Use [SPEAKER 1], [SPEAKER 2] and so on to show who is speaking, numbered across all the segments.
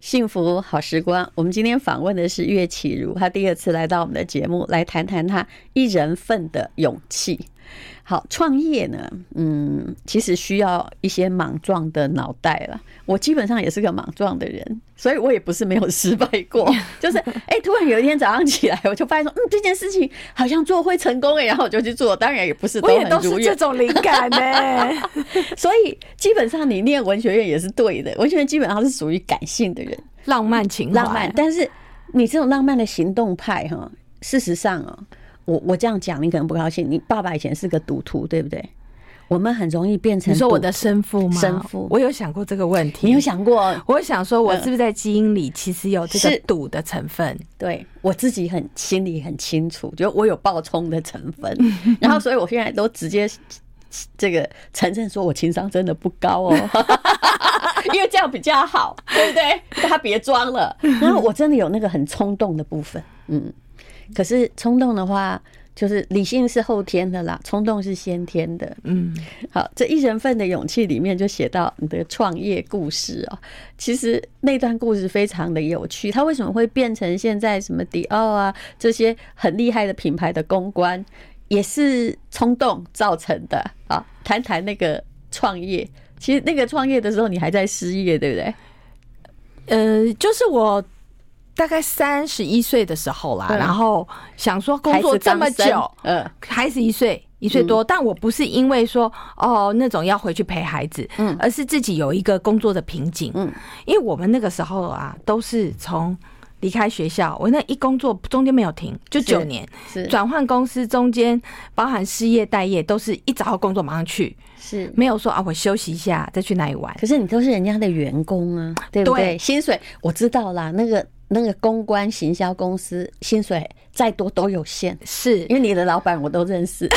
[SPEAKER 1] 幸福好时光，我们今天访问的是岳启如，他第二次来到我们的节目，来谈谈他一人份的勇气。好，创业呢，嗯，其实需要一些莽撞的脑袋了。我基本上也是个莽撞的人，所以我也不是没有失败 过。就是，哎、突然有一天早上起来，我就发现说，嗯，这件事情好像做会成功哎、然后我就去做，当然也不是
[SPEAKER 2] 我也
[SPEAKER 1] 很
[SPEAKER 2] 都
[SPEAKER 1] 如
[SPEAKER 2] 是这
[SPEAKER 1] 愿。
[SPEAKER 2] 种灵感欸呢、
[SPEAKER 1] 所以基本上你念文学院也是对的，文学院基本上是属于感性的人，
[SPEAKER 2] 浪漫情怀，
[SPEAKER 1] 浪漫。但是你这种浪漫的行动派哈，事实上哦，我我这样讲你可能不高兴。你爸爸以前是个赌徒，对不对？我们很容易变成
[SPEAKER 2] 你说我
[SPEAKER 1] 赌
[SPEAKER 2] 的生父吗？
[SPEAKER 1] 生父
[SPEAKER 2] 我有想过这个问题。
[SPEAKER 1] 你有？想过？
[SPEAKER 2] 我想说，我是不是在基因里其实有这
[SPEAKER 1] 是
[SPEAKER 2] 个赌的成分？
[SPEAKER 1] 对我自己很心里很清楚，就我有暴冲的成分，然后所以我现在都直接这个承认说我情商真的不高哦， 因为这样比较好，对不对？大家别装了。然后我真的有那个很冲动的部分，嗯，可是冲动的话。就是理性是后天的啦，冲动是先天的。
[SPEAKER 2] 嗯，
[SPEAKER 1] 好，这一人份的勇气里面就写到你的创业故事哦。其实那段故事非常的有趣，它为什么会变成现在什么迪奥啊这些很厉害的品牌的公关，也是冲动造成的啊。谈谈那个创业，其实那个创业的时候你还在失业，对不对？
[SPEAKER 2] 呃，就是我大概三十一岁的时候啦，
[SPEAKER 1] 嗯
[SPEAKER 2] 然后想说工作
[SPEAKER 1] 孩子
[SPEAKER 2] 这
[SPEAKER 1] 刚
[SPEAKER 2] 么
[SPEAKER 1] 生
[SPEAKER 2] 久，
[SPEAKER 1] 呃，
[SPEAKER 2] 孩子一岁一岁
[SPEAKER 1] 嗯
[SPEAKER 2] 多，但我不是因为说哦那种要回去陪孩子，
[SPEAKER 1] 嗯
[SPEAKER 2] 而是自己有一个工作的瓶颈，
[SPEAKER 1] 嗯，
[SPEAKER 2] 因为我们那个时候啊都是从离开学校，我那一工作中间没有停，就是九年
[SPEAKER 1] 是
[SPEAKER 2] 转换公司中间包含失业待业，都是一找到工作马上去，
[SPEAKER 1] 是。
[SPEAKER 2] 没有说啊我休息一下再去哪里玩，
[SPEAKER 1] 可是你都是人家的员工啊，对不对？
[SPEAKER 2] 对
[SPEAKER 1] 薪水我知道啦，那个那个公关行销公司薪水再多都有限，
[SPEAKER 2] 是
[SPEAKER 1] 因为你的老板我都认识，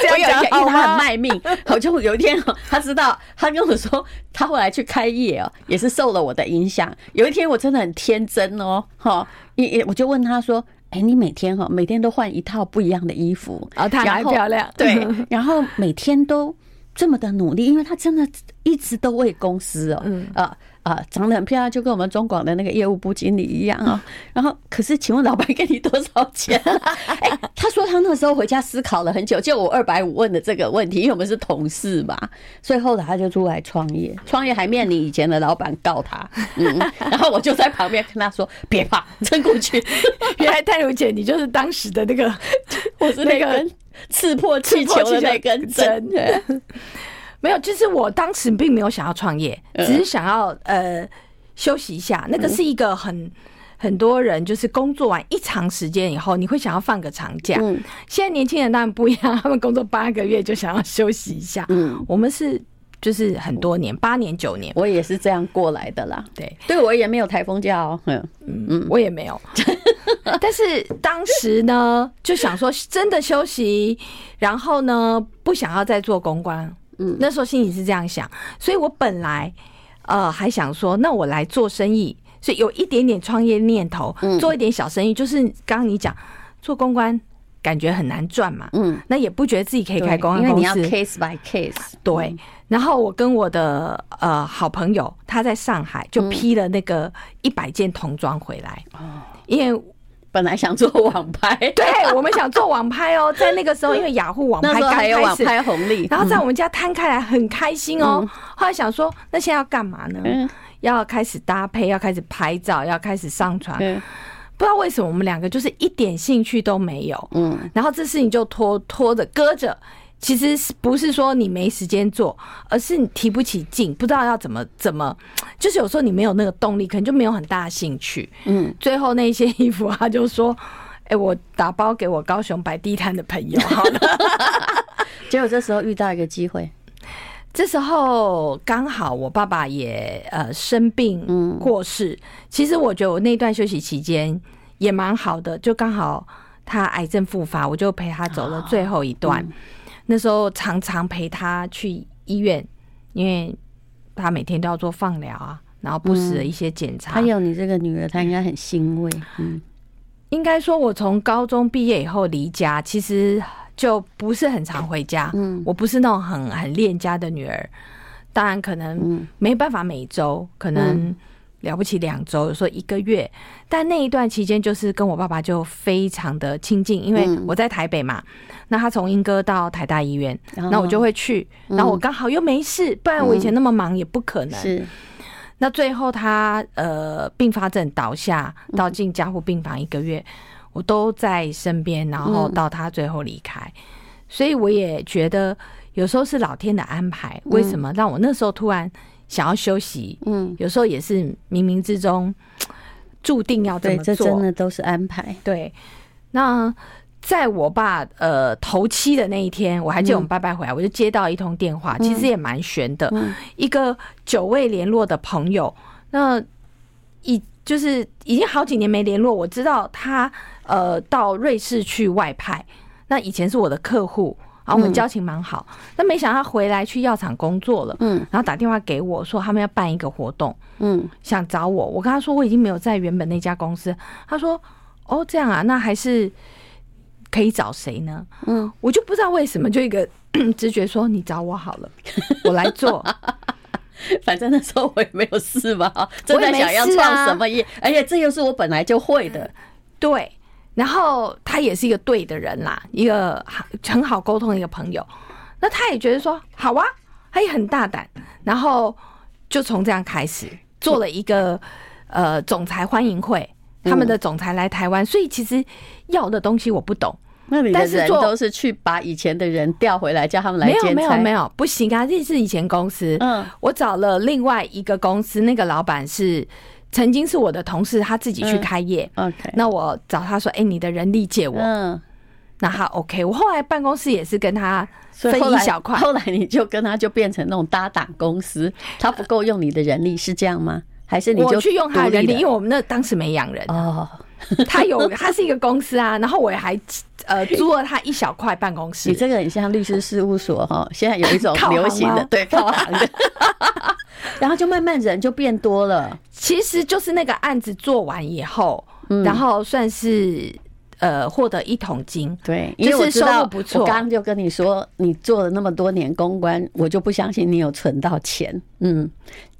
[SPEAKER 2] 这
[SPEAKER 1] 我有一
[SPEAKER 2] 样
[SPEAKER 1] 个，
[SPEAKER 2] 讲
[SPEAKER 1] 因为
[SPEAKER 2] 好
[SPEAKER 1] 他
[SPEAKER 2] 吗
[SPEAKER 1] 很卖命，我就有一天哦他知道，他跟我说，他后来去开业哦，也是受了我的影响。有一天我真的很天真哦，哈，也也我就问他说，哎、你每天哈、每天都换一套不一样的衣服，
[SPEAKER 2] 然后哦她
[SPEAKER 1] 然
[SPEAKER 2] 还
[SPEAKER 1] 后
[SPEAKER 2] 漂亮，
[SPEAKER 1] 对，然后每天都这么的努力，因为他真的一直都为公司哦，
[SPEAKER 2] 嗯
[SPEAKER 1] 啊啊，长得很漂亮，就跟我们中广的那个业务部经理一样 啊、然后，可是请问老板给你多少钱、哎，他说他那时候回家思考了很久，就我二百五问的这个问题，因为我们是同事嘛，所以后来他就出来创业，创业还面临以前的老板告他， 嗯，然后我就在旁边跟他说别怕，撑过去。
[SPEAKER 2] 原来淡如姐你就是当时的那个。
[SPEAKER 1] 我是那根刺破气球的那根针。
[SPEAKER 2] 没有，就是我当时并没有想要创业，
[SPEAKER 1] 嗯
[SPEAKER 2] 只是想要呃休息一下。那个是一个很很多人就是工作完一长时间以后，你会想要放个长假。
[SPEAKER 1] 嗯
[SPEAKER 2] 现在年轻人当然不一样，他们工作八个月就想要休息一下。
[SPEAKER 1] 嗯，
[SPEAKER 2] 我们是就是很多年，八年九年，
[SPEAKER 1] 我也是这样过来的啦。
[SPEAKER 2] 对，
[SPEAKER 1] 对我而言没有台风假哦。嗯
[SPEAKER 2] 嗯，我也没有。 但是当时呢，就想说真的休息，然后呢，不想要再做公关。
[SPEAKER 1] 嗯
[SPEAKER 2] 那时候心里是这样想，所以我本来呃还想说，那我来做生意，所以有一点点创业念头，
[SPEAKER 1] 嗯
[SPEAKER 2] 做一点小生意，就是刚刚你讲做公关，感觉很难赚嘛，
[SPEAKER 1] 嗯，
[SPEAKER 2] 那也不觉得自己可以
[SPEAKER 1] 对
[SPEAKER 2] 开公关
[SPEAKER 1] 因为
[SPEAKER 2] 公
[SPEAKER 1] 你要
[SPEAKER 2] 司，
[SPEAKER 1] case by case。
[SPEAKER 2] 对，然后我跟我的呃好朋友，他在上海就
[SPEAKER 1] 嗯
[SPEAKER 2] 批了那个一百件童装回来，
[SPEAKER 1] 哦
[SPEAKER 2] 因为
[SPEAKER 1] 本来想做网拍，
[SPEAKER 2] 对我们想做网拍哦，在那个时候因为雅虎网
[SPEAKER 1] 那
[SPEAKER 2] 拍
[SPEAKER 1] 时候
[SPEAKER 2] 刚
[SPEAKER 1] 还有
[SPEAKER 2] 开
[SPEAKER 1] 网
[SPEAKER 2] 始，
[SPEAKER 1] 拍哦红利。
[SPEAKER 2] 然后在我们家摊开来很开心哦。后来想说，那现在要干嘛呢？
[SPEAKER 1] 嗯
[SPEAKER 2] 要开始搭配，要开始拍照，要开始上传。
[SPEAKER 1] 嗯
[SPEAKER 2] 不知道为什么我们两个就是一点兴趣都没有，
[SPEAKER 1] 嗯，
[SPEAKER 2] 然后这事情就拖拖着搁着。其实是不是说你没时间做，而是你提不起劲，不知道要怎么怎么，就是有时候你没有那个动力，可能就没有很大的兴趣。
[SPEAKER 1] 嗯，
[SPEAKER 2] 最后那些衣服，他就说：“哎、我打包给我高雄摆地摊的朋友好了。
[SPEAKER 1] 结果这时候遇到一个机会，”
[SPEAKER 2] 这时候刚好我爸爸也呃生病过世。其实我觉得我那段休息期间也蛮好的，就刚好他癌症复发，我就陪他走了最后一段。那时候常常陪他去医院，因为他每天都要做放疗啊，然后不时的一些检查。啊
[SPEAKER 1] 还有你这个女儿，她应该很欣慰。嗯
[SPEAKER 2] 应该说，我从高中毕业以后离家，其实就不是很常回家。
[SPEAKER 1] 嗯
[SPEAKER 2] 我不是那种很很恋家的女儿，当然可能
[SPEAKER 1] 嗯
[SPEAKER 2] 没办法每周，可能了不起两周，有时候一个月。但那一段期间，就是跟我爸爸就非常的亲近，因为
[SPEAKER 1] 嗯
[SPEAKER 2] 我在台北嘛，那他从莺歌到台大医院，
[SPEAKER 1] 嗯
[SPEAKER 2] 那我就会去，然后我刚好又没事，不然我以前那么忙也不可能。
[SPEAKER 1] 是
[SPEAKER 2] 那最后他呃并发症倒下，
[SPEAKER 1] 嗯
[SPEAKER 2] 到进加护病房一个月，我都在身边，然后
[SPEAKER 1] 嗯
[SPEAKER 2] 到他最后离开，所以我也觉得有时候是老天的安排。为什么让我那时候突然想要休息？
[SPEAKER 1] 嗯，
[SPEAKER 2] 有时候也是冥冥之中注定要这
[SPEAKER 1] 对，
[SPEAKER 2] 么
[SPEAKER 1] 这真
[SPEAKER 2] 做。
[SPEAKER 1] 的都是安排。
[SPEAKER 2] 对，那在我爸呃头七的那一天，我还记得我们拜拜回来，我就接到一通电话，其实也蛮悬的，
[SPEAKER 1] 嗯
[SPEAKER 2] 一个久未联络的朋友，那已就是已经好几年没联络，我知道他呃到瑞士去外派，那以前是我的客户。然后我们交情蛮好，那、没想到他回来去药厂工作了，
[SPEAKER 1] 嗯
[SPEAKER 2] 然后打电话给我说他们要办一个活动，
[SPEAKER 1] 嗯，
[SPEAKER 2] 想找我，我跟他说我已经没有在原本那家公司，他说哦这样啊，那还是可以找谁呢？
[SPEAKER 1] 嗯，
[SPEAKER 2] 我就不知道为什么就一个 直觉说你找我好了，我来做。
[SPEAKER 1] 反正那时候我也没有事嘛，真的想要
[SPEAKER 2] 我也没事啊
[SPEAKER 1] 创什么业，而且这又是我本来就会的。
[SPEAKER 2] 对，然后他也是一个对的人啦，一个好很好沟通的一个朋友。那他也觉得说好啊，他也很大胆，然后就从这样开始做了一个呃总裁欢迎会，他们的总裁来台湾，所以其实要的东西我不懂。
[SPEAKER 1] 那里的
[SPEAKER 2] 但是
[SPEAKER 1] 人
[SPEAKER 2] 做
[SPEAKER 1] 都是去把以前的人调回来，叫他们来
[SPEAKER 2] 没有
[SPEAKER 1] 兼
[SPEAKER 2] 没有
[SPEAKER 1] 差。
[SPEAKER 2] 没
[SPEAKER 1] 有，
[SPEAKER 2] 有，不行啊！这是以前公司，
[SPEAKER 1] 嗯
[SPEAKER 2] 我找了另外一个公司，那个老板是曾经是我的同事，他自己去
[SPEAKER 1] 嗯
[SPEAKER 2] 开业。
[SPEAKER 1] ，OK，
[SPEAKER 2] 那我找他说：“哎、你的人力借我。
[SPEAKER 1] 嗯，
[SPEAKER 2] 那他 OK。我后来办公室也是跟他
[SPEAKER 1] 所
[SPEAKER 2] 分
[SPEAKER 1] 以后
[SPEAKER 2] 一
[SPEAKER 1] 来
[SPEAKER 2] 小块，
[SPEAKER 1] 后来你就跟他就变成那种搭档公司，他不够用你的人力是这样吗？还是你
[SPEAKER 2] 我
[SPEAKER 1] 就
[SPEAKER 2] 去用他的
[SPEAKER 1] 独
[SPEAKER 2] 人力，
[SPEAKER 1] 了
[SPEAKER 2] 因为我们那当时没养人，
[SPEAKER 1] 哦，
[SPEAKER 2] 他有他是一个公司啊，然后我还 呃租了他一小块办公室
[SPEAKER 1] 你。这个很像律师事务所哈，现在有一种
[SPEAKER 2] 靠行
[SPEAKER 1] 流行的
[SPEAKER 2] 吗
[SPEAKER 1] 对靠行的， 然后就慢慢人就变多 了，
[SPEAKER 2] 其实就是那个案子做完以后，
[SPEAKER 1] 嗯
[SPEAKER 2] 然后算是呃获得一桶金。
[SPEAKER 1] 对，
[SPEAKER 2] 就是
[SPEAKER 1] 因为我知
[SPEAKER 2] 收
[SPEAKER 1] 道
[SPEAKER 2] 入不错
[SPEAKER 1] 我刚刚就跟你说，你做了那么多年公关，我就不相信你有存到钱，嗯，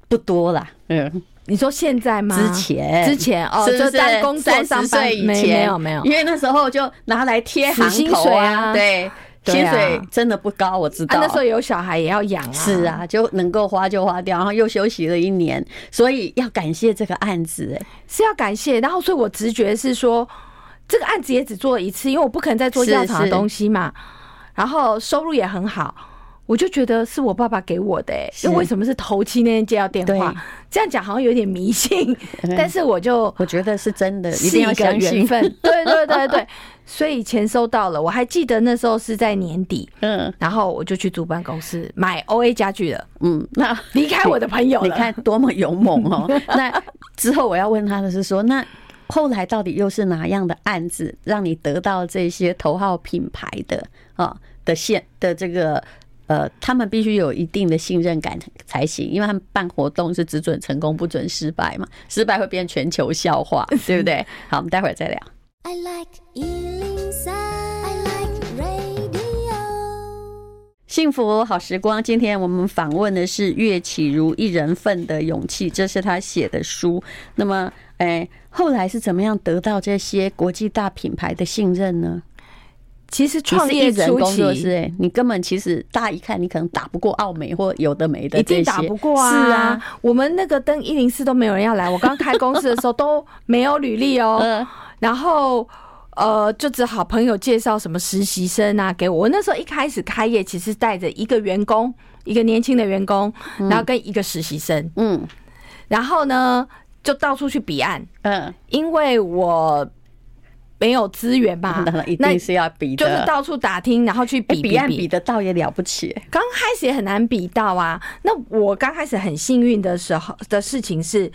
[SPEAKER 1] 不多啦，嗯，
[SPEAKER 2] 你说现在吗？
[SPEAKER 1] 之前
[SPEAKER 2] 之前哦，
[SPEAKER 1] 哎是不
[SPEAKER 2] 就是当工作
[SPEAKER 1] 三
[SPEAKER 2] 上
[SPEAKER 1] 十
[SPEAKER 2] 班
[SPEAKER 1] 岁以
[SPEAKER 2] 没
[SPEAKER 1] 前
[SPEAKER 2] 没有没有啊
[SPEAKER 1] 因为那时候就拿来贴
[SPEAKER 2] 死
[SPEAKER 1] 行
[SPEAKER 2] 薪
[SPEAKER 1] 头
[SPEAKER 2] 水
[SPEAKER 1] 啊，
[SPEAKER 2] 啊
[SPEAKER 1] 对，
[SPEAKER 2] 对
[SPEAKER 1] 薪
[SPEAKER 2] 啊
[SPEAKER 1] 水真的不高，我知
[SPEAKER 2] 啊，
[SPEAKER 1] 道，
[SPEAKER 2] 那时候有小孩也要养啊。
[SPEAKER 1] 是，啊，就能够花就花掉，然后又休息了一年，所以要感谢这个案子、哎
[SPEAKER 2] 是要感谢。然后，所以我直觉是说，啊这个案子也只做了一次，因为我不可能再做
[SPEAKER 1] 是
[SPEAKER 2] 药厂
[SPEAKER 1] 是
[SPEAKER 2] 的东西嘛。然后收入也很好，我就觉得是我爸爸给我的、欸。
[SPEAKER 1] 是
[SPEAKER 2] 因为为什么是头七那天接到电话
[SPEAKER 1] 对？
[SPEAKER 2] 这样讲好像有点 迷信，但是我就
[SPEAKER 1] 我觉得是真的，一
[SPEAKER 2] 是
[SPEAKER 1] 定要
[SPEAKER 2] 一个
[SPEAKER 1] 相
[SPEAKER 2] 缘
[SPEAKER 1] 信。
[SPEAKER 2] 分。 对对对对，所以钱收到了，我还记得那时候是在年底，
[SPEAKER 1] 嗯
[SPEAKER 2] 然后我就去主办公司买 OA 家具了，
[SPEAKER 1] 嗯，那
[SPEAKER 2] 离开我的朋友了。
[SPEAKER 1] 你看多么勇猛哦！那之后我要问他的是说，那后来到底又是哪样的案子让你得到这些头号品牌的啊的现的这个呃，他们必须有一定的信任感才行，因为他们办活动是只准成功不准失败嘛，失败会变全球笑话，对不对？好，我们待会儿再聊。
[SPEAKER 3] I like Ealing Sound. I like radio.
[SPEAKER 1] 幸福好时光，今天我们访问的是岳启如一人份的勇气，这是他写的书。那么，哎、后来是怎么样得到这些国际大品牌的信任呢？
[SPEAKER 2] 其实
[SPEAKER 1] 你
[SPEAKER 2] 创
[SPEAKER 1] 是一
[SPEAKER 2] 业
[SPEAKER 1] 人
[SPEAKER 2] 初
[SPEAKER 1] 工作室、
[SPEAKER 2] 期。
[SPEAKER 1] 哎，你根本其实大家一看，你可能打不过奥美或有的没的
[SPEAKER 2] 一
[SPEAKER 1] 这些，
[SPEAKER 2] 定打不过啊！
[SPEAKER 1] 是啊，，
[SPEAKER 2] 我们那个登一零四都没有人要来。我刚开公司的时候都没有履历哦，
[SPEAKER 1] 呃，
[SPEAKER 2] 然后呃，就只好朋友介绍什么实习生啊给我。我那时候一开始开业，其实带着一个员工，一个年轻的员工，然后跟一个实习生，
[SPEAKER 1] 嗯
[SPEAKER 2] 然后呢就到处去彼岸，
[SPEAKER 1] 嗯，
[SPEAKER 2] 因为我没有资源嘛
[SPEAKER 1] 当，然一
[SPEAKER 2] 那
[SPEAKER 1] 定是要比
[SPEAKER 2] 就
[SPEAKER 1] 的，
[SPEAKER 2] 是到处打听，然后去
[SPEAKER 1] 哎
[SPEAKER 2] 比
[SPEAKER 1] 彼岸
[SPEAKER 2] 比
[SPEAKER 1] 比。得到也了不起，哎
[SPEAKER 2] 刚开始也很难比到啊。那我刚开始很幸运的时候的事情是，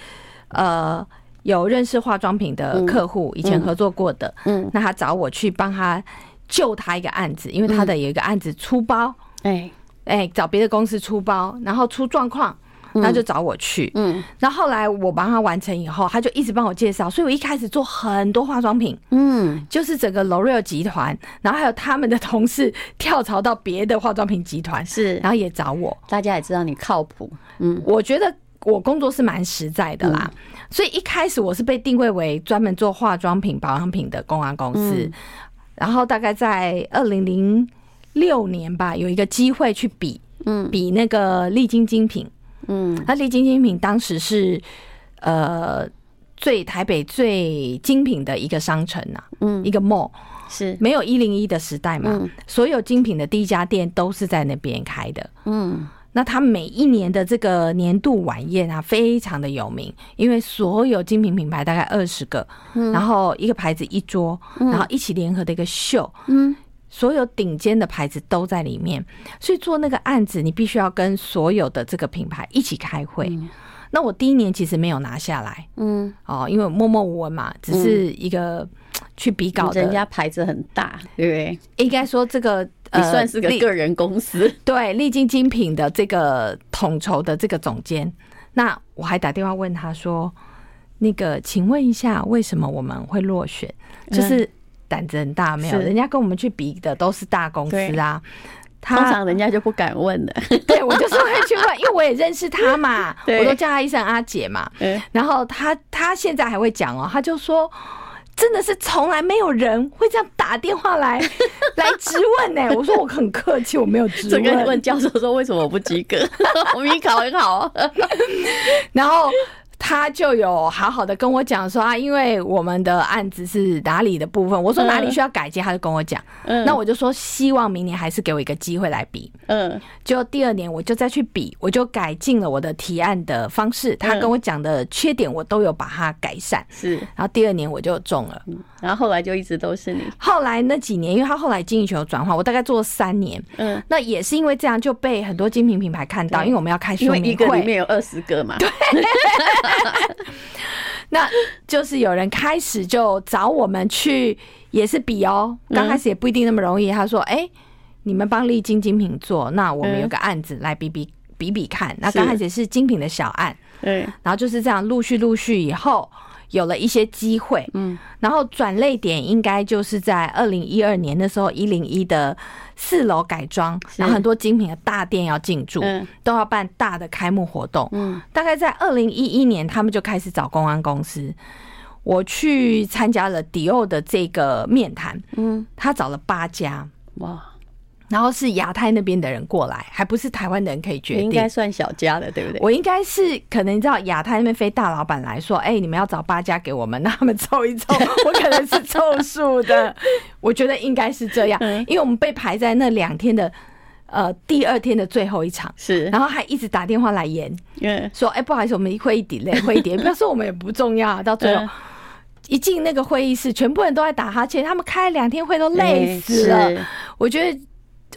[SPEAKER 2] 呃，有认识化妆品的客户，以前合作过的，
[SPEAKER 1] 嗯，
[SPEAKER 2] 那他找我去帮他救他一个案子，因为他的有一个案子出包，
[SPEAKER 1] 哎，
[SPEAKER 2] 哎、找别的公司出包，然后出状况。他就找我去，
[SPEAKER 1] 嗯
[SPEAKER 2] 然后后来我帮他完成以后，他就一直帮我介绍，所以我一开始做很多化妆品，
[SPEAKER 1] 嗯，
[SPEAKER 2] 就是整个 L'Oreal 集团，然后还有他们的同事跳槽到别的化妆品集团，
[SPEAKER 1] 是
[SPEAKER 2] 然，后也找我，
[SPEAKER 1] 大家也知道你靠谱，嗯嗯
[SPEAKER 2] 我觉得我工作是蛮实在的啦，所以一开始我是被定位为专门做化妆品保养品的公关公司，
[SPEAKER 1] 嗯
[SPEAKER 2] 然后大概在二零零六年吧，有一个机会去比，
[SPEAKER 1] 嗯
[SPEAKER 2] 比那个丽晶精品，
[SPEAKER 1] 嗯
[SPEAKER 2] 那丽晶精品当时是呃最台北最精品的一个商城呐、
[SPEAKER 1] 嗯，
[SPEAKER 2] 一个 mall，
[SPEAKER 1] 是，
[SPEAKER 2] 没有一零一的时代嘛，
[SPEAKER 1] 嗯
[SPEAKER 2] 所有精品的第一家店都是在那边开的。
[SPEAKER 1] 嗯
[SPEAKER 2] 那他每一年的这个年度晚宴啊，非常的有名，因为所有精品品牌大概二十个，
[SPEAKER 1] 嗯
[SPEAKER 2] 然后一个牌子一桌，然后一起联合的一个秀，
[SPEAKER 1] 嗯
[SPEAKER 2] 所有顶尖的牌子都在里面。所以做那个案子，你必须要跟所有的这个品牌一起开会。那我第一年其实没有拿下来
[SPEAKER 1] 嗯，
[SPEAKER 2] 哦，因为我默默无闻嘛，只是一个嘖去比稿的，
[SPEAKER 1] 人家牌子很大，对不对？
[SPEAKER 2] 应该说这个呃
[SPEAKER 1] 你算是个
[SPEAKER 2] 历
[SPEAKER 1] 个人公 司，
[SPEAKER 2] 对丽晶精品的这个统筹的这个总监，那我还打电话问他说：“那个，请问一下，为什么我们会落选？
[SPEAKER 1] 嗯
[SPEAKER 2] 就是胆子很大，没有
[SPEAKER 1] 是
[SPEAKER 2] 人家跟我们去比的都是大公司啊。”
[SPEAKER 1] 通
[SPEAKER 2] 他
[SPEAKER 1] 常人家就不敢问了。
[SPEAKER 2] 对我就是会去问，因为我也认识他嘛，
[SPEAKER 1] 对
[SPEAKER 2] 我都叫他一声阿姐嘛。
[SPEAKER 1] 嗯
[SPEAKER 2] 然后他他现在还会讲哦，他就说。真的是从来没有人会这样打电话 来来质问呢、我说我很客气，我没有质
[SPEAKER 1] 这
[SPEAKER 2] 问。
[SPEAKER 1] 个问教授说为什么我不及格？ 我明明考很好。
[SPEAKER 2] 然后他就有好好的跟我讲说啊，因为我们的案子是哪里的部分，我说哪里需要改进，他就跟我讲。
[SPEAKER 1] 嗯
[SPEAKER 2] 那我就说希望明年还是给我一个机会来比。
[SPEAKER 1] 嗯
[SPEAKER 2] 就第二年我就再去比，我就改进了我的提案的方式，他
[SPEAKER 1] 嗯
[SPEAKER 2] 跟我讲的缺点我都有把它改善。
[SPEAKER 1] 是，
[SPEAKER 2] 然后第二年我就中了。
[SPEAKER 1] 然后后来就一直都是你。
[SPEAKER 2] 后来那几年，因为他后来经营球转换，我大概做了三年。
[SPEAKER 1] 嗯，
[SPEAKER 2] 那也是因为这样就被很多精品品牌看到，
[SPEAKER 1] 对
[SPEAKER 2] 因为我们要开
[SPEAKER 1] 因
[SPEAKER 2] 说
[SPEAKER 1] 为
[SPEAKER 2] 明会，
[SPEAKER 1] 一个里面有二十个嘛。对，
[SPEAKER 2] 那就是有人开始就找我们去，也是比哦。
[SPEAKER 1] 嗯
[SPEAKER 2] 刚开始也不一定那么容易。他说：“哎、你们帮丽晶精品做，那我们
[SPEAKER 1] 嗯
[SPEAKER 2] 有个案子来比比比比看。”那刚开始是精品的小案，
[SPEAKER 1] 嗯
[SPEAKER 2] 然后就是这样陆续陆续以后有了一些机会，
[SPEAKER 1] 嗯，
[SPEAKER 2] 然后转类点应该就是在二零一二年的时候，一零一的四楼改装，
[SPEAKER 1] 是
[SPEAKER 2] 然后很多精品的大店要进驻，
[SPEAKER 1] 嗯
[SPEAKER 2] 都要办大的开幕活动。
[SPEAKER 1] 嗯，
[SPEAKER 2] 大概在二零一一年，他们就开始找公安公司。我去参加了迪奥的这个面谈，
[SPEAKER 1] 嗯，
[SPEAKER 2] 他找了八家，
[SPEAKER 1] 哇，
[SPEAKER 2] 然后是亚太那边的人过来，还不是台湾的人可以决
[SPEAKER 1] 你应
[SPEAKER 2] 定。
[SPEAKER 1] 该算小家了，对不对？
[SPEAKER 2] 我应该是可能你知道亚太那边飞大老板来说，哎、你们要找八家给我们，那他们凑 一凑，我可能是凑数的，我觉得应该是这样
[SPEAKER 1] 嗯，
[SPEAKER 2] 因为我们被排在那两天的呃第二天的最后一场，
[SPEAKER 1] 是，
[SPEAKER 2] 然后还一直打电话来延
[SPEAKER 1] 嗯
[SPEAKER 2] 说，哎、不好意思，我们会议 delay，会 议 delay，不要说我们也不重要，到最后。
[SPEAKER 1] 嗯
[SPEAKER 2] 一进那个会议室，全部人都在打哈欠，他们开两天会都累死了。
[SPEAKER 1] 哎是
[SPEAKER 2] 我觉得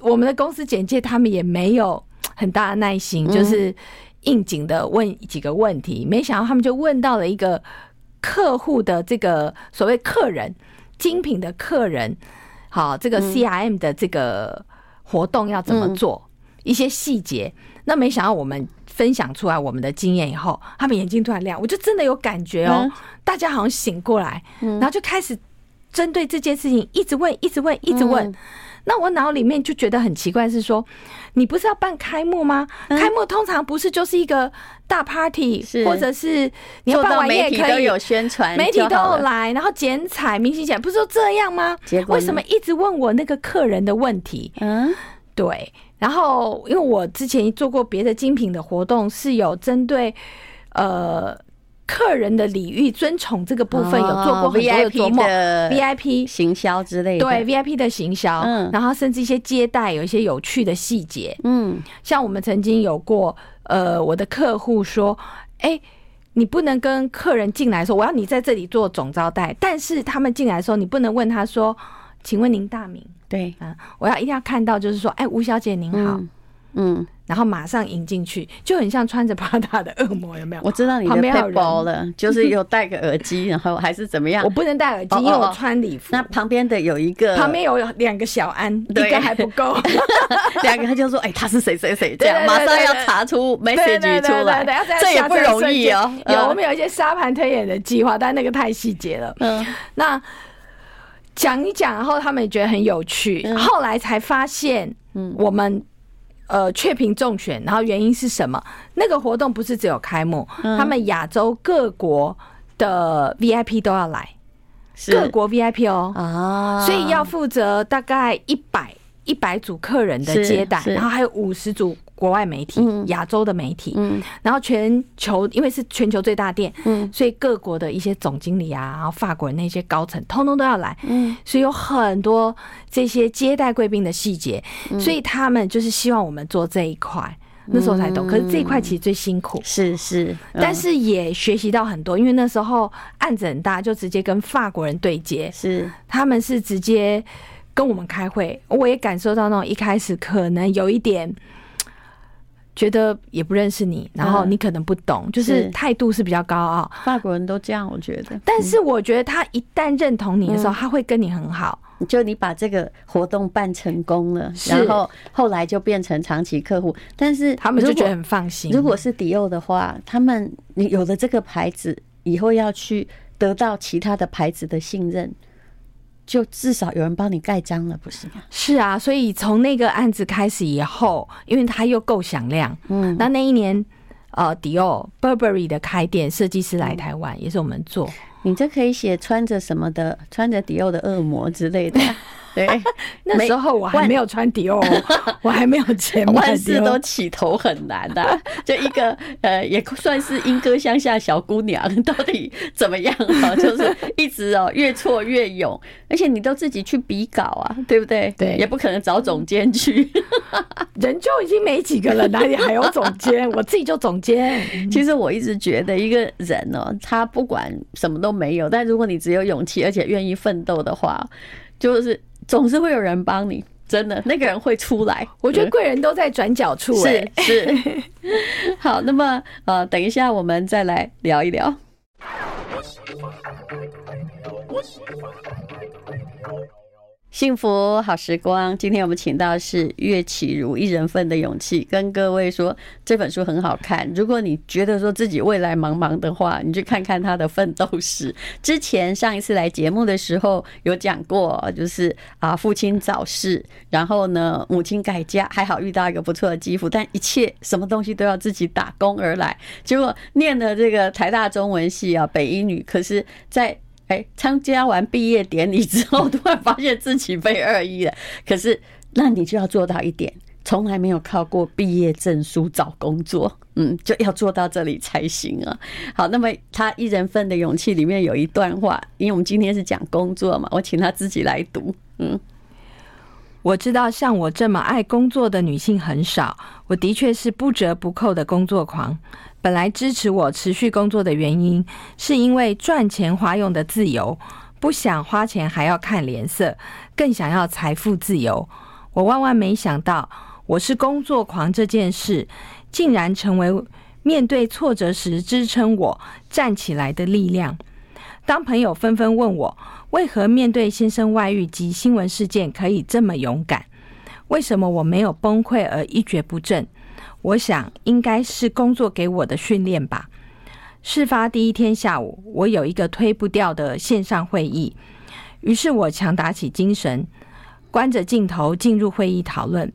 [SPEAKER 2] 我们的公司简介他们也没有很大的耐心，就是应景的问几个问题，没想到他们就问到了一个客户的这个所谓客人精品的客人，好，
[SPEAKER 1] 嗯
[SPEAKER 2] 这个 CRM 的这个活动要怎么做，一些细节。那没想到我们分享出来我们的经验以后，他们眼睛突然亮，我就真的有感觉哦，
[SPEAKER 1] 嗯
[SPEAKER 2] 大家好像醒过来，然后就开始针对这件事情一直问，一直问，一直
[SPEAKER 1] 嗯
[SPEAKER 2] 问。那我脑里面就觉得很奇怪，是说你不是要办开幕吗？开幕通常不是就是一个大 party，
[SPEAKER 1] 嗯是
[SPEAKER 2] 或者是你要
[SPEAKER 1] 做
[SPEAKER 2] 办
[SPEAKER 1] 到
[SPEAKER 2] 完
[SPEAKER 1] 媒
[SPEAKER 2] 宴
[SPEAKER 1] 体
[SPEAKER 2] 也可
[SPEAKER 1] 都
[SPEAKER 2] 以
[SPEAKER 1] 有，宣传，
[SPEAKER 2] 媒体都有。来，然后剪彩、明星剪，不是都这样吗？
[SPEAKER 1] 结果呢
[SPEAKER 2] 为什么一直问我那个客人的问题？
[SPEAKER 1] 嗯
[SPEAKER 2] 对，然后因为我之前做过别的精品的活动，是有针对呃客人的礼遇、尊崇这个部分
[SPEAKER 1] 哦
[SPEAKER 2] 有做过很多的琢磨
[SPEAKER 1] VIP 的
[SPEAKER 2] VIP
[SPEAKER 1] 行销之类的。
[SPEAKER 2] 对，VIP 的行销，
[SPEAKER 1] 嗯
[SPEAKER 2] 然后甚至一些接待有一些有趣的细节，
[SPEAKER 1] 嗯
[SPEAKER 2] 像我们曾经有过，呃，我的客户说，哎、你不能跟客人进来说我要你在这里做总招待，但是他们进来的时候，你不能问他说，请问您大名
[SPEAKER 1] 对，
[SPEAKER 2] 啊？我要一定要看到，就是说，哎、吴小姐您好，
[SPEAKER 1] 嗯嗯，
[SPEAKER 2] 然后马上迎进去，就很像穿着 Prada 的恶魔，有没有？
[SPEAKER 1] 我知道你的
[SPEAKER 2] 旁边还有
[SPEAKER 1] 被
[SPEAKER 2] 人
[SPEAKER 1] 包了，就是有戴个耳机，然后还是怎么样
[SPEAKER 2] 我？不能戴耳机，
[SPEAKER 1] 哦哦哦
[SPEAKER 2] 因为我穿礼服。
[SPEAKER 1] 那旁边的有一个，
[SPEAKER 2] 旁边有两个小安，一
[SPEAKER 1] 对
[SPEAKER 2] 个还不够。
[SPEAKER 1] 两个他就说：“哎、他是谁谁谁？”这样
[SPEAKER 2] 对对对
[SPEAKER 1] 马上要
[SPEAKER 2] 对
[SPEAKER 1] 查出
[SPEAKER 2] 对对
[SPEAKER 1] message
[SPEAKER 2] 对
[SPEAKER 1] 出来
[SPEAKER 2] 对对要，在
[SPEAKER 1] 这也
[SPEAKER 2] 下
[SPEAKER 1] 不
[SPEAKER 2] 载
[SPEAKER 1] 容
[SPEAKER 2] 瞬
[SPEAKER 1] 易
[SPEAKER 2] 间
[SPEAKER 1] 哦。
[SPEAKER 2] 有我
[SPEAKER 1] 嗯
[SPEAKER 2] 们有一些沙盘推演的计划，但那个太细节了。
[SPEAKER 1] 嗯
[SPEAKER 2] 那讲一讲，然后他们也觉得很有趣，后来才发现，嗯，我们呃确评中选，然后原因是什么？那个活动不是只有开幕，他们亚洲各国的 VIP 都要来，各
[SPEAKER 1] 是
[SPEAKER 2] 国 VIP 哦，
[SPEAKER 1] 啊，
[SPEAKER 2] 所以要负责大概一百一百组客人的
[SPEAKER 1] 是
[SPEAKER 2] 接待，
[SPEAKER 1] 是
[SPEAKER 2] 然后还有五十组国外媒体、亚、洲的媒体，
[SPEAKER 1] 嗯
[SPEAKER 2] 然后全球因为是全球最大店，
[SPEAKER 1] 嗯
[SPEAKER 2] 所以各国的一些总经理啊，然后法国人那些高层，通通都要来，
[SPEAKER 1] 嗯
[SPEAKER 2] 所以有很多这些接待贵宾的细节，
[SPEAKER 1] 嗯
[SPEAKER 2] 所以他们就是希望我们做这一块，那时候才懂。可是这一块其实最辛苦。
[SPEAKER 1] 是是，嗯
[SPEAKER 2] 但是也学习到很多，因为那时候案子很大，就直接跟法国人对接，
[SPEAKER 1] 是
[SPEAKER 2] 他们是直接跟我们开会，我也感受到那种一开始可能有一点。觉得也不认识你，然后
[SPEAKER 1] 嗯
[SPEAKER 2] 你可能不懂，就是
[SPEAKER 1] 是
[SPEAKER 2] 态度是比较高傲。
[SPEAKER 1] 法国人都这样，我觉得。
[SPEAKER 2] 但是我觉得他一旦认同你的时候，他会跟你很好。
[SPEAKER 1] 就你把这个活动办成功了，
[SPEAKER 2] 是
[SPEAKER 1] 然后后来就变成长期客户，但是
[SPEAKER 2] 他们就
[SPEAKER 1] 如果
[SPEAKER 2] 觉得很放心。
[SPEAKER 1] 如果是迪奥的话，他们你有了这个牌子以后要去得到其他的牌子的信任，就至少有人帮你盖章了，不是吗？
[SPEAKER 2] 是啊，所以从那个案子开始以后，因为它又够响亮，嗯，那那一年，呃，迪奥 Burberry 的开店设计师来台湾，也是我们做，
[SPEAKER 1] 你这可以写穿着什么的，穿着迪奥的恶魔之类 的，对，
[SPEAKER 2] 那
[SPEAKER 1] 没
[SPEAKER 2] 时候我还没有穿迪奥，我还没有钱 买
[SPEAKER 1] 万
[SPEAKER 2] 迪
[SPEAKER 1] 事
[SPEAKER 2] 奥
[SPEAKER 1] 都。起头很难呐、 就一个呃，也算是莺歌乡下小姑娘，到底怎么样啊？ 就是一直哦，越挫越勇，而且你都自己去比稿啊，对不对？
[SPEAKER 2] 对
[SPEAKER 1] 也不可能找总监去。
[SPEAKER 2] 人就已经没几个了，哪里还有总监？我自己就总监。
[SPEAKER 1] 其实我一直觉得，一个人哦、他不管什么都没有，但如果你只有勇气，而且愿意奋斗的话，就是总是会有人帮你。真的，那个人会出来。
[SPEAKER 2] 我觉得贵人都在转角处、哎，
[SPEAKER 1] 是是。 好，那么呃，等一下我们再来聊一聊。幸福好时光，今天我们请到是岳启如一人份的勇气，跟各位说这本书很好看。如果你觉得说自己未来茫茫的话，你去看看他的奋斗史。之前上一次来节目的时候有讲过，就是啊父亲早逝，然后呢母亲改嫁，还好遇到一个不错的继父，但一切什么东西都要自己打工而来。结果念了这个台大中文系啊，北医女，可是在哎，参加完毕业典礼之后，突然发现自己被二一了。可是，那你就要做到一点，从来没有靠过毕业证书找工作，嗯，就要做到这里才行啊。好，那么他一人份的勇气里面有一段话，因为我们今天是讲工作嘛，我请他自己来读。嗯，
[SPEAKER 2] 我知道像我这么爱工作的女性很少，我的确是不折不扣的工作狂。本来支持我持续工作的原因，是因为赚钱花用的自由，不想花钱还要看脸色，更想要财富自由。我万万没想到，我是工作狂这件事，竟然成为面对挫折时支撑我站起来的力量。当朋友纷纷问我为何面对先生外遇及新闻事件可以这么勇敢，为什么我没有崩溃而一蹶不振，我想应该是工作给我的训练吧。事发第一天下午，我有一个推不掉的线上会议，于是我强打起精神，关着镜头进入会议讨论。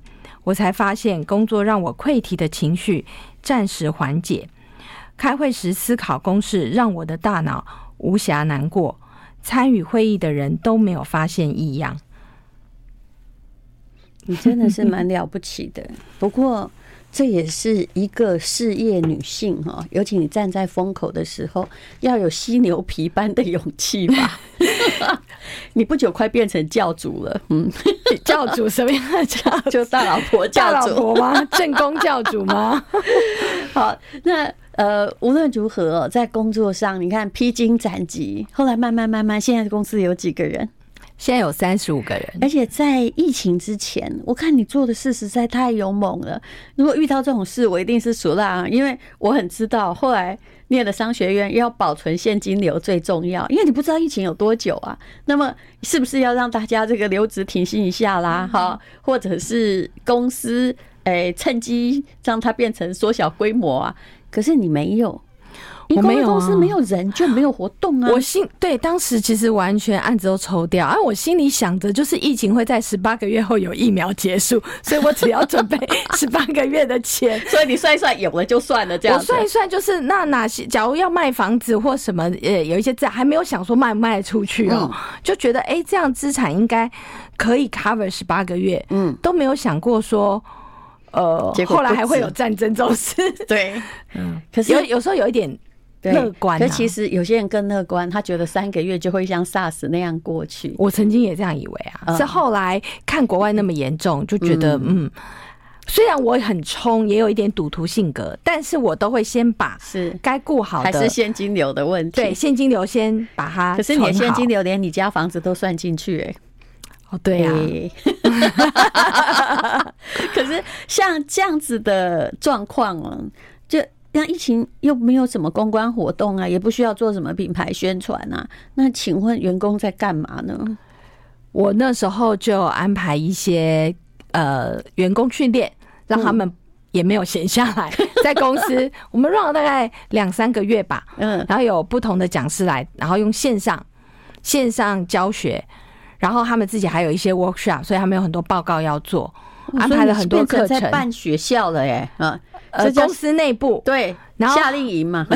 [SPEAKER 2] 我才发现，工作让我溃堤的情绪暂时缓解。开会时思考公式，让我的大脑无暇难过。参与会议的人都没有发现异 样。
[SPEAKER 1] 你真的是蛮了不起的。不过，这也是一个事业女性哈，尤其你站在风口的时候，要有犀牛皮般的勇气吧。 你不久快变成教主了，嗯，
[SPEAKER 2] 教主什么样的教主？
[SPEAKER 1] 就大老婆教主。
[SPEAKER 2] 吗？正宫教主吗？
[SPEAKER 1] 好，那呃，无论如何，在工作上，你看披荆斩棘，后来慢慢慢慢，现在公司有几个人？
[SPEAKER 2] 现在有三十五个人，
[SPEAKER 1] 而且在疫情之前，我看你做的事实在太勇猛了。如果遇到这种事，我一定是熟辣啊，因为我很知道后来念了商学院要保存现金流最重要，因为你不知道疫情有多久啊。那么是不是要让大家这个留职停薪一下啦？哈，或者是公哎司诶、趁机让它变成缩小规模啊？可是你没有，你
[SPEAKER 2] 我
[SPEAKER 1] 公
[SPEAKER 2] 没
[SPEAKER 1] 关
[SPEAKER 2] 有
[SPEAKER 1] 公司没
[SPEAKER 2] 啊
[SPEAKER 1] 有人就没有活动啊。
[SPEAKER 2] 我心对当时其实完全案子都抽掉，哎而、我心里想着就是疫情会在十八个月后有疫苗结束， 所以我只要 准备十八个月的钱。
[SPEAKER 1] 所以你算一算，有了就算了，这
[SPEAKER 2] 我
[SPEAKER 1] 样子。
[SPEAKER 2] 算一算，就是那哪些，假如要卖房子或什么，呃，有一些资产还没有想说卖不卖得出去哦，就觉得哎、这样资产应该可以 cover 十八个月，
[SPEAKER 1] 嗯，
[SPEAKER 2] 都没有想过说，呃
[SPEAKER 1] 结，果
[SPEAKER 2] 后来
[SPEAKER 1] 不
[SPEAKER 2] 还会
[SPEAKER 1] 止
[SPEAKER 2] 有战争这种 事，
[SPEAKER 1] 对，可是
[SPEAKER 2] 有有时候有一点
[SPEAKER 1] 对
[SPEAKER 2] 乐观啊
[SPEAKER 1] 可其实有些人更乐观，他觉得三个月就会像 SARS 那样过去。
[SPEAKER 2] 我曾经也这样以为啊，
[SPEAKER 1] 嗯
[SPEAKER 2] 是后来看国外那么严重，就觉得嗯虽然我很冲，也有一点赌徒性格，但是我都会先把
[SPEAKER 1] 是，
[SPEAKER 2] 该顾好
[SPEAKER 1] 还是
[SPEAKER 2] 的
[SPEAKER 1] 现金流的问题。
[SPEAKER 2] 对，现金流先把它存好。
[SPEAKER 1] 可是你的现金流连你家房子都算进去、欸，
[SPEAKER 2] 哦，对呀、
[SPEAKER 1] 诶 可是像这样子的状况哦，就那疫情又没有什么公关活动啊，也不需要做什么品牌宣传啊，那请问员工在干嘛呢？
[SPEAKER 2] 我那时候就安排一些呃员工训练，让他们也没有闲下 来，在公司我们 run 了大概两三个月吧，
[SPEAKER 1] 嗯，
[SPEAKER 2] 然后有不同的讲师来，然后用线上线上教学，然后他们自己还有一些 workshop，所以他们有很多报告要做，安排了很多课
[SPEAKER 1] 哦所以你变成在
[SPEAKER 2] 程。
[SPEAKER 1] 办学校了、欸，哎，啊，
[SPEAKER 2] 呃
[SPEAKER 1] 这，叫
[SPEAKER 2] 公司内部
[SPEAKER 1] 对，
[SPEAKER 2] 然后
[SPEAKER 1] 夏令营 嘛，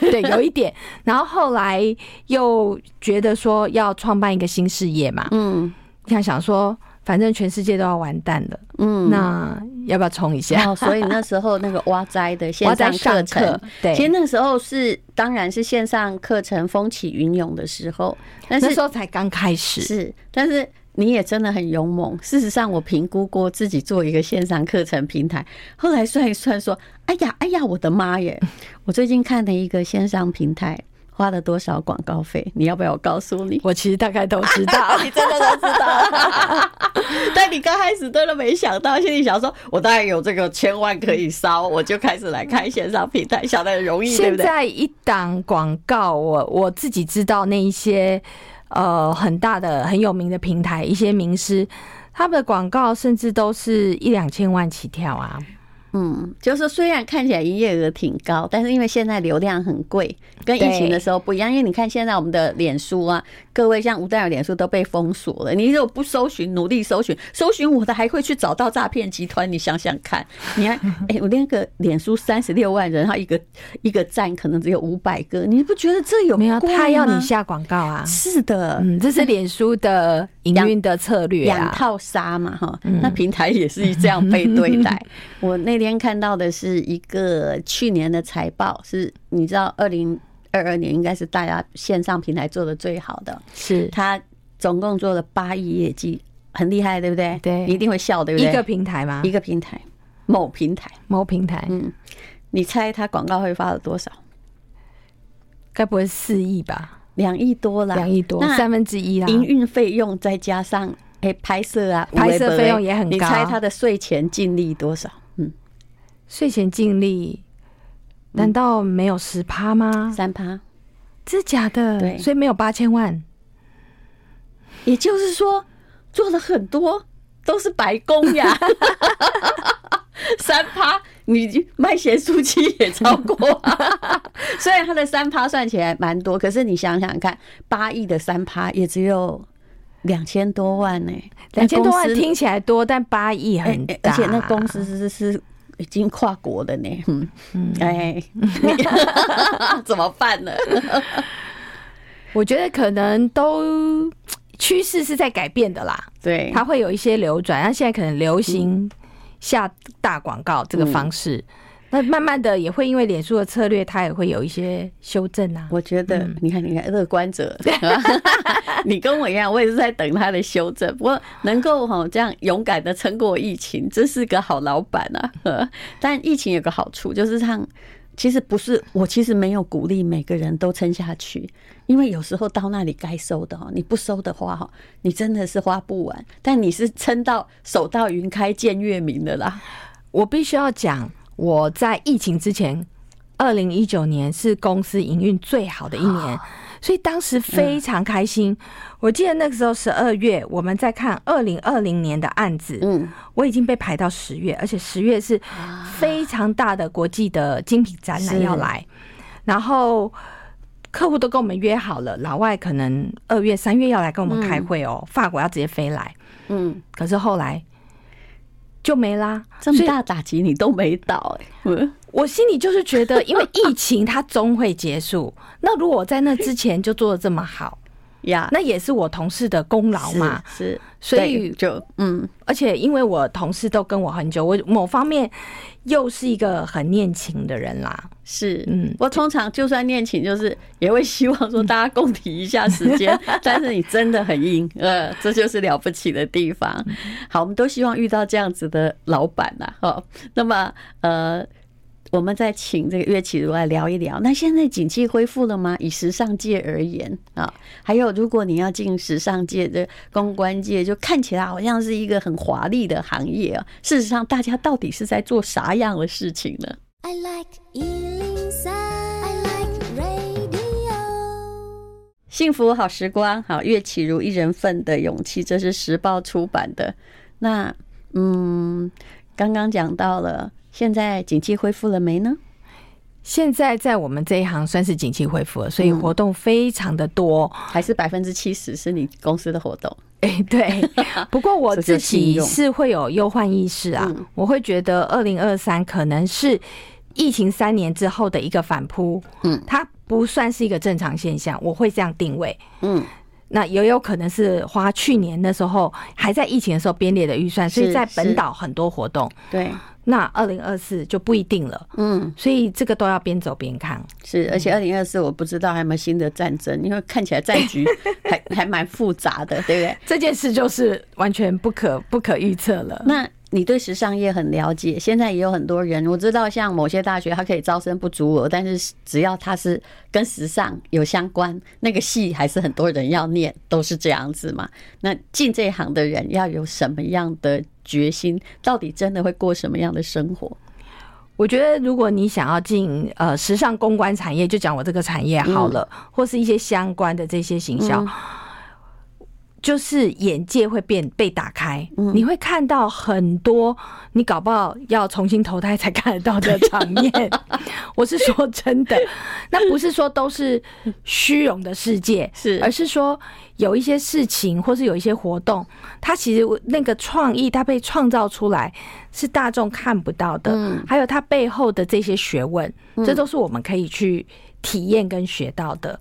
[SPEAKER 2] 对有一点，然后后来又觉得说要创办一个新事业嘛，
[SPEAKER 1] 嗯
[SPEAKER 2] 想想说反正全世界都要完蛋了，
[SPEAKER 1] 嗯，
[SPEAKER 2] 那要不要冲一下？
[SPEAKER 1] 哦，所以那时候那个挖斋的线
[SPEAKER 2] 我在
[SPEAKER 1] 上课
[SPEAKER 2] 上课
[SPEAKER 1] 程，，
[SPEAKER 2] 对，
[SPEAKER 1] 其实那个时候是当然是线上课程风起云涌的时候，但
[SPEAKER 2] 那
[SPEAKER 1] 是
[SPEAKER 2] 时候才刚开始，
[SPEAKER 1] 是，但是你也真的很勇猛。事实上，我评估过自己做一个线上课程平台，后来算一算说，哎呀，哎呀，我的妈 耶！我最近看了一个线上平台，花了多少广告费？你要不要我告诉你？。
[SPEAKER 2] 我其实大概都知道
[SPEAKER 1] 你真的都知道， 但你刚开始真的没想到，心里想说，我当然有这个千万可以烧，我就开始来开线上平台，想的很容易，对
[SPEAKER 2] 嗯现
[SPEAKER 1] 不对？
[SPEAKER 2] 在一档广告，我我自己知道那一些呃很大的很有名的平台，一些名师，他们的广告甚至都是一两千万起跳啊。
[SPEAKER 1] 嗯，就是说虽然看起来营业额挺高，但是因为现在流量很贵，跟疫情的时候不一样。因为你看现在我们的脸书啊，各位像吴代尔脸书都被封锁了，你如果不搜寻，努力搜寻，搜寻我的还会去找到诈骗集团，你想想看， 你看，哎、我那个脸书三十六万人，他一个一个赞可能只有五百个，你不觉得这有
[SPEAKER 2] 没有，
[SPEAKER 1] 贵
[SPEAKER 2] 他要
[SPEAKER 1] 吗
[SPEAKER 2] 你下广告啊。
[SPEAKER 1] 是的，
[SPEAKER 2] 嗯，这是脸书的营运的策略
[SPEAKER 1] 两
[SPEAKER 2] 啊。嗯
[SPEAKER 1] 套杀嘛，哈，那平台也是这样被对待。 我那天看到的是一个去年的财报，是你知道，二零二二年应该是大家线上平台做的最好的，
[SPEAKER 2] 是
[SPEAKER 1] 它总共做了八亿业绩，很厉害，对不对？
[SPEAKER 2] 对
[SPEAKER 1] 你一定会笑，对不对？
[SPEAKER 2] 一个平台吗
[SPEAKER 1] 一？个平台，某平台，
[SPEAKER 2] 某平台，
[SPEAKER 1] 你猜它广告会发了多少？
[SPEAKER 2] 该不会四亿吧？
[SPEAKER 1] 两亿多啦，
[SPEAKER 2] 两亿啊多，
[SPEAKER 1] 啊那
[SPEAKER 2] 三分之一啦。
[SPEAKER 1] 营运费用再加上哎、拍摄啊，
[SPEAKER 2] 拍摄费用也很高啊
[SPEAKER 1] 你猜它的税前净利多少？嗯，
[SPEAKER 2] 税前净利难道没有十趴吗？
[SPEAKER 1] 三趴。
[SPEAKER 2] 真的假的？
[SPEAKER 1] 对
[SPEAKER 2] 所以没有八千万。
[SPEAKER 1] 也就是说，做了很多都是白工呀。三趴，你卖咸酥鸡也超过、啊虽然它的三趴算起来蛮多，可是你想想看，八亿的三趴也只有两千多万呢、
[SPEAKER 2] 两千多万
[SPEAKER 1] 那公司
[SPEAKER 2] 听起来多，但八亿
[SPEAKER 1] 哎
[SPEAKER 2] 很
[SPEAKER 1] 哎
[SPEAKER 2] 大、啊
[SPEAKER 1] 而且那公司是是是已经跨国的呢，嗯，哎，你 怎么办呢？
[SPEAKER 2] 我觉得可能都趋势是在改变的啦，
[SPEAKER 1] 对，嗯
[SPEAKER 2] 它会有一些流转。那现在可能流行下大广告这个方式，那慢慢的也会因为脸书的策略，它也会有一些修正啊。
[SPEAKER 1] 我觉得，你看，你看，乐观者， 你跟我一样，我也是在等他的修正。不过能够哈这样勇敢的撑过疫情，这是个好老板啊。呵但疫情有个好处，就是让其实不是我，其实没有鼓励每个人都撑下去，因为有时候到那里该收的哈，哦你不收的话哈，你真的是花不完。但你是撑到手到云开见月明的啦。
[SPEAKER 2] 我必须要讲，我在疫情之前，二零一九年是公司营运最好的一年，所以当时非常开心。我记得那个时候十二月，我们在看二零二零年的案子，
[SPEAKER 1] 嗯，
[SPEAKER 2] 我已经被排到十月，而且十月是非常大的国际的精品展览要来。然后客户都跟我们约好了，老外可能二月、三月要来跟我们开会哦，法国要直接飞来，
[SPEAKER 1] 嗯，
[SPEAKER 2] 可是后来就没啦。
[SPEAKER 1] 这么大打击你都没倒、欸，嗯，
[SPEAKER 2] 我心里就是觉得，因为疫情它终会结束， 那如果我在那之前就做的这么好，
[SPEAKER 1] 呀，
[SPEAKER 2] 那也是我同事的功劳嘛。
[SPEAKER 1] 啊是，是
[SPEAKER 2] 所以
[SPEAKER 1] 对就嗯
[SPEAKER 2] 而且因为我同事都跟我很久，我某方面又是一个很念情的人啦。
[SPEAKER 1] 是
[SPEAKER 2] 嗯
[SPEAKER 1] 嗯，我通常就算念情，就是也会希望说大家共体一下时间，但是你真的很硬，呃，这就是了不起的地方。好，我们都希望遇到这样子的老板啦，哦，那么呃。我们再请这个岳启如来聊一聊。那现在景气恢复了吗？以时尚界而言啊，还有如果你要进时尚界的公关界，就看起来好像是一个很华丽的行业啊。事实上，大家到底是在做啥样的事情呢？
[SPEAKER 3] I like Ealing Sound. I like radio.
[SPEAKER 1] 幸福好时光，好岳启如一人份的勇气，这是时报出版的。那嗯，刚刚讲到了，现在景气恢复了没呢？
[SPEAKER 2] 现在在我们这一行算是景气恢复了，所以活动非常的多。
[SPEAKER 1] 还是百分之七十是你公司的活动？
[SPEAKER 2] 哎、对，不过我
[SPEAKER 1] 这就
[SPEAKER 2] 自
[SPEAKER 1] 是信
[SPEAKER 2] 己
[SPEAKER 1] 用
[SPEAKER 2] 是会有忧患意识啊，
[SPEAKER 1] 嗯
[SPEAKER 2] 我会觉得二零二三可能是疫情三年之后的一个反扑，
[SPEAKER 1] 嗯，
[SPEAKER 2] 它不算是一个正常现象，我会这样定位。
[SPEAKER 1] 嗯，
[SPEAKER 2] 那也有可能是花去年的时候还在疫情的时候编列的预算，所以
[SPEAKER 1] 是
[SPEAKER 2] 在本
[SPEAKER 1] 是
[SPEAKER 2] 岛很多活动，
[SPEAKER 1] 对，
[SPEAKER 2] 那二零二四就不一定了，
[SPEAKER 1] 嗯，
[SPEAKER 2] 所以这个都要边走边看。
[SPEAKER 1] 是，而且二零二四我不知道还有没有新的战争，因为看起来战局还 还蛮复杂的，对不对？
[SPEAKER 2] 这件事就是完全不可不可预测了。
[SPEAKER 1] 那你对时尚业很了解，现在也有很多人，我知道像某些大学它可以招生不足额，但是只要它是跟时尚有相关，那个系还是很多人要念，都是这样子嘛。那进这一行的人要有什么样的决心？到底真的会过什么样的生活？
[SPEAKER 2] 我觉得如果你想要进呃时尚公关产业，就讲我这个产业好了，或是一些相关的这些行销。就是眼界会变被打开，你会看到很多你搞不好要重新投胎才看得到的场面。我是说真的，那不是说都是虚荣的世界，
[SPEAKER 1] 是
[SPEAKER 2] 而是说有一些事情或是有一些活动，它其实那个创意它被创造出来是大众看不到的，还有它背后的这些学问，这都是我们可以去体验跟学到的。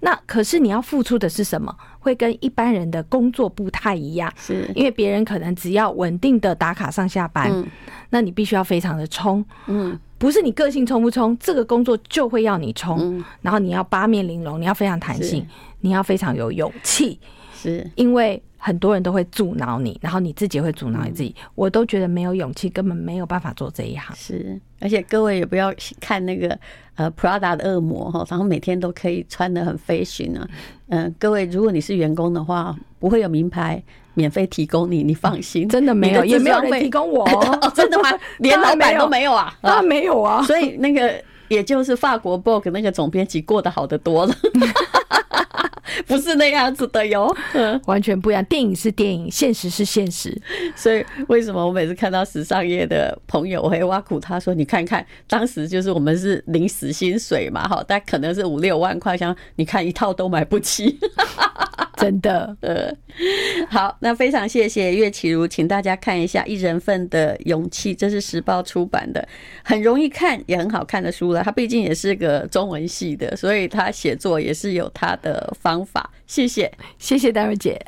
[SPEAKER 2] 那可是你要付出的是什么？会跟一般人的工作不太一样，
[SPEAKER 1] 是
[SPEAKER 2] 因为别人可能只要稳定的打卡上下班，
[SPEAKER 1] 嗯
[SPEAKER 2] 那你必须要非常的冲，
[SPEAKER 1] 嗯，
[SPEAKER 2] 不是你个性冲不冲，这个工作就会要你冲，
[SPEAKER 1] 嗯
[SPEAKER 2] 然后你要八面玲珑，你要非常弹性
[SPEAKER 1] 是，
[SPEAKER 2] 你要非常有勇气，
[SPEAKER 1] 是
[SPEAKER 2] 因为很多人都会阻挠你，然后你自己会阻挠你自己，
[SPEAKER 1] 嗯
[SPEAKER 2] 我都觉得没有勇气，根本没有办法做这一行。
[SPEAKER 1] 是，而且各位也不要看那个呃 Prada 的恶魔哈，然后每天都可以穿的很 fashion 啊。嗯、各位，如果你是员工的话，不会有名牌免费提供你，你放心，
[SPEAKER 2] 真的没有
[SPEAKER 1] 你
[SPEAKER 2] 也
[SPEAKER 1] 智
[SPEAKER 2] 没有
[SPEAKER 1] 商
[SPEAKER 2] 人
[SPEAKER 1] 费
[SPEAKER 2] 提供我
[SPEAKER 1] 哦 真 的吗？连
[SPEAKER 2] 当然
[SPEAKER 1] 老
[SPEAKER 2] 没
[SPEAKER 1] 板
[SPEAKER 2] 有
[SPEAKER 1] 都没有 啊？
[SPEAKER 2] 啊，
[SPEAKER 1] 啊，
[SPEAKER 2] 没有啊，
[SPEAKER 1] 所以那个也就是法国 Vogue 那个总编辑过得好得多 了， 不是那样子的哟。嗯
[SPEAKER 2] 完全不一样。电影是电影，现实是现实。
[SPEAKER 1] 所以为什么我每次看到时尚业的朋友，我会挖苦他说：“你看看，当时就是我们是临时薪水嘛，哈，但可能是五六万块，像你看一套都买不起。
[SPEAKER 2] 真的，”
[SPEAKER 1] 好，那非常谢谢岳启如，请大家看一下《一人份的勇气》，这是时报出版的，很容易看也很好看的书了。他毕竟也是个中文系的，所以他写作也是有他的方法。谢谢。
[SPEAKER 2] 谢谢戴瑞姐。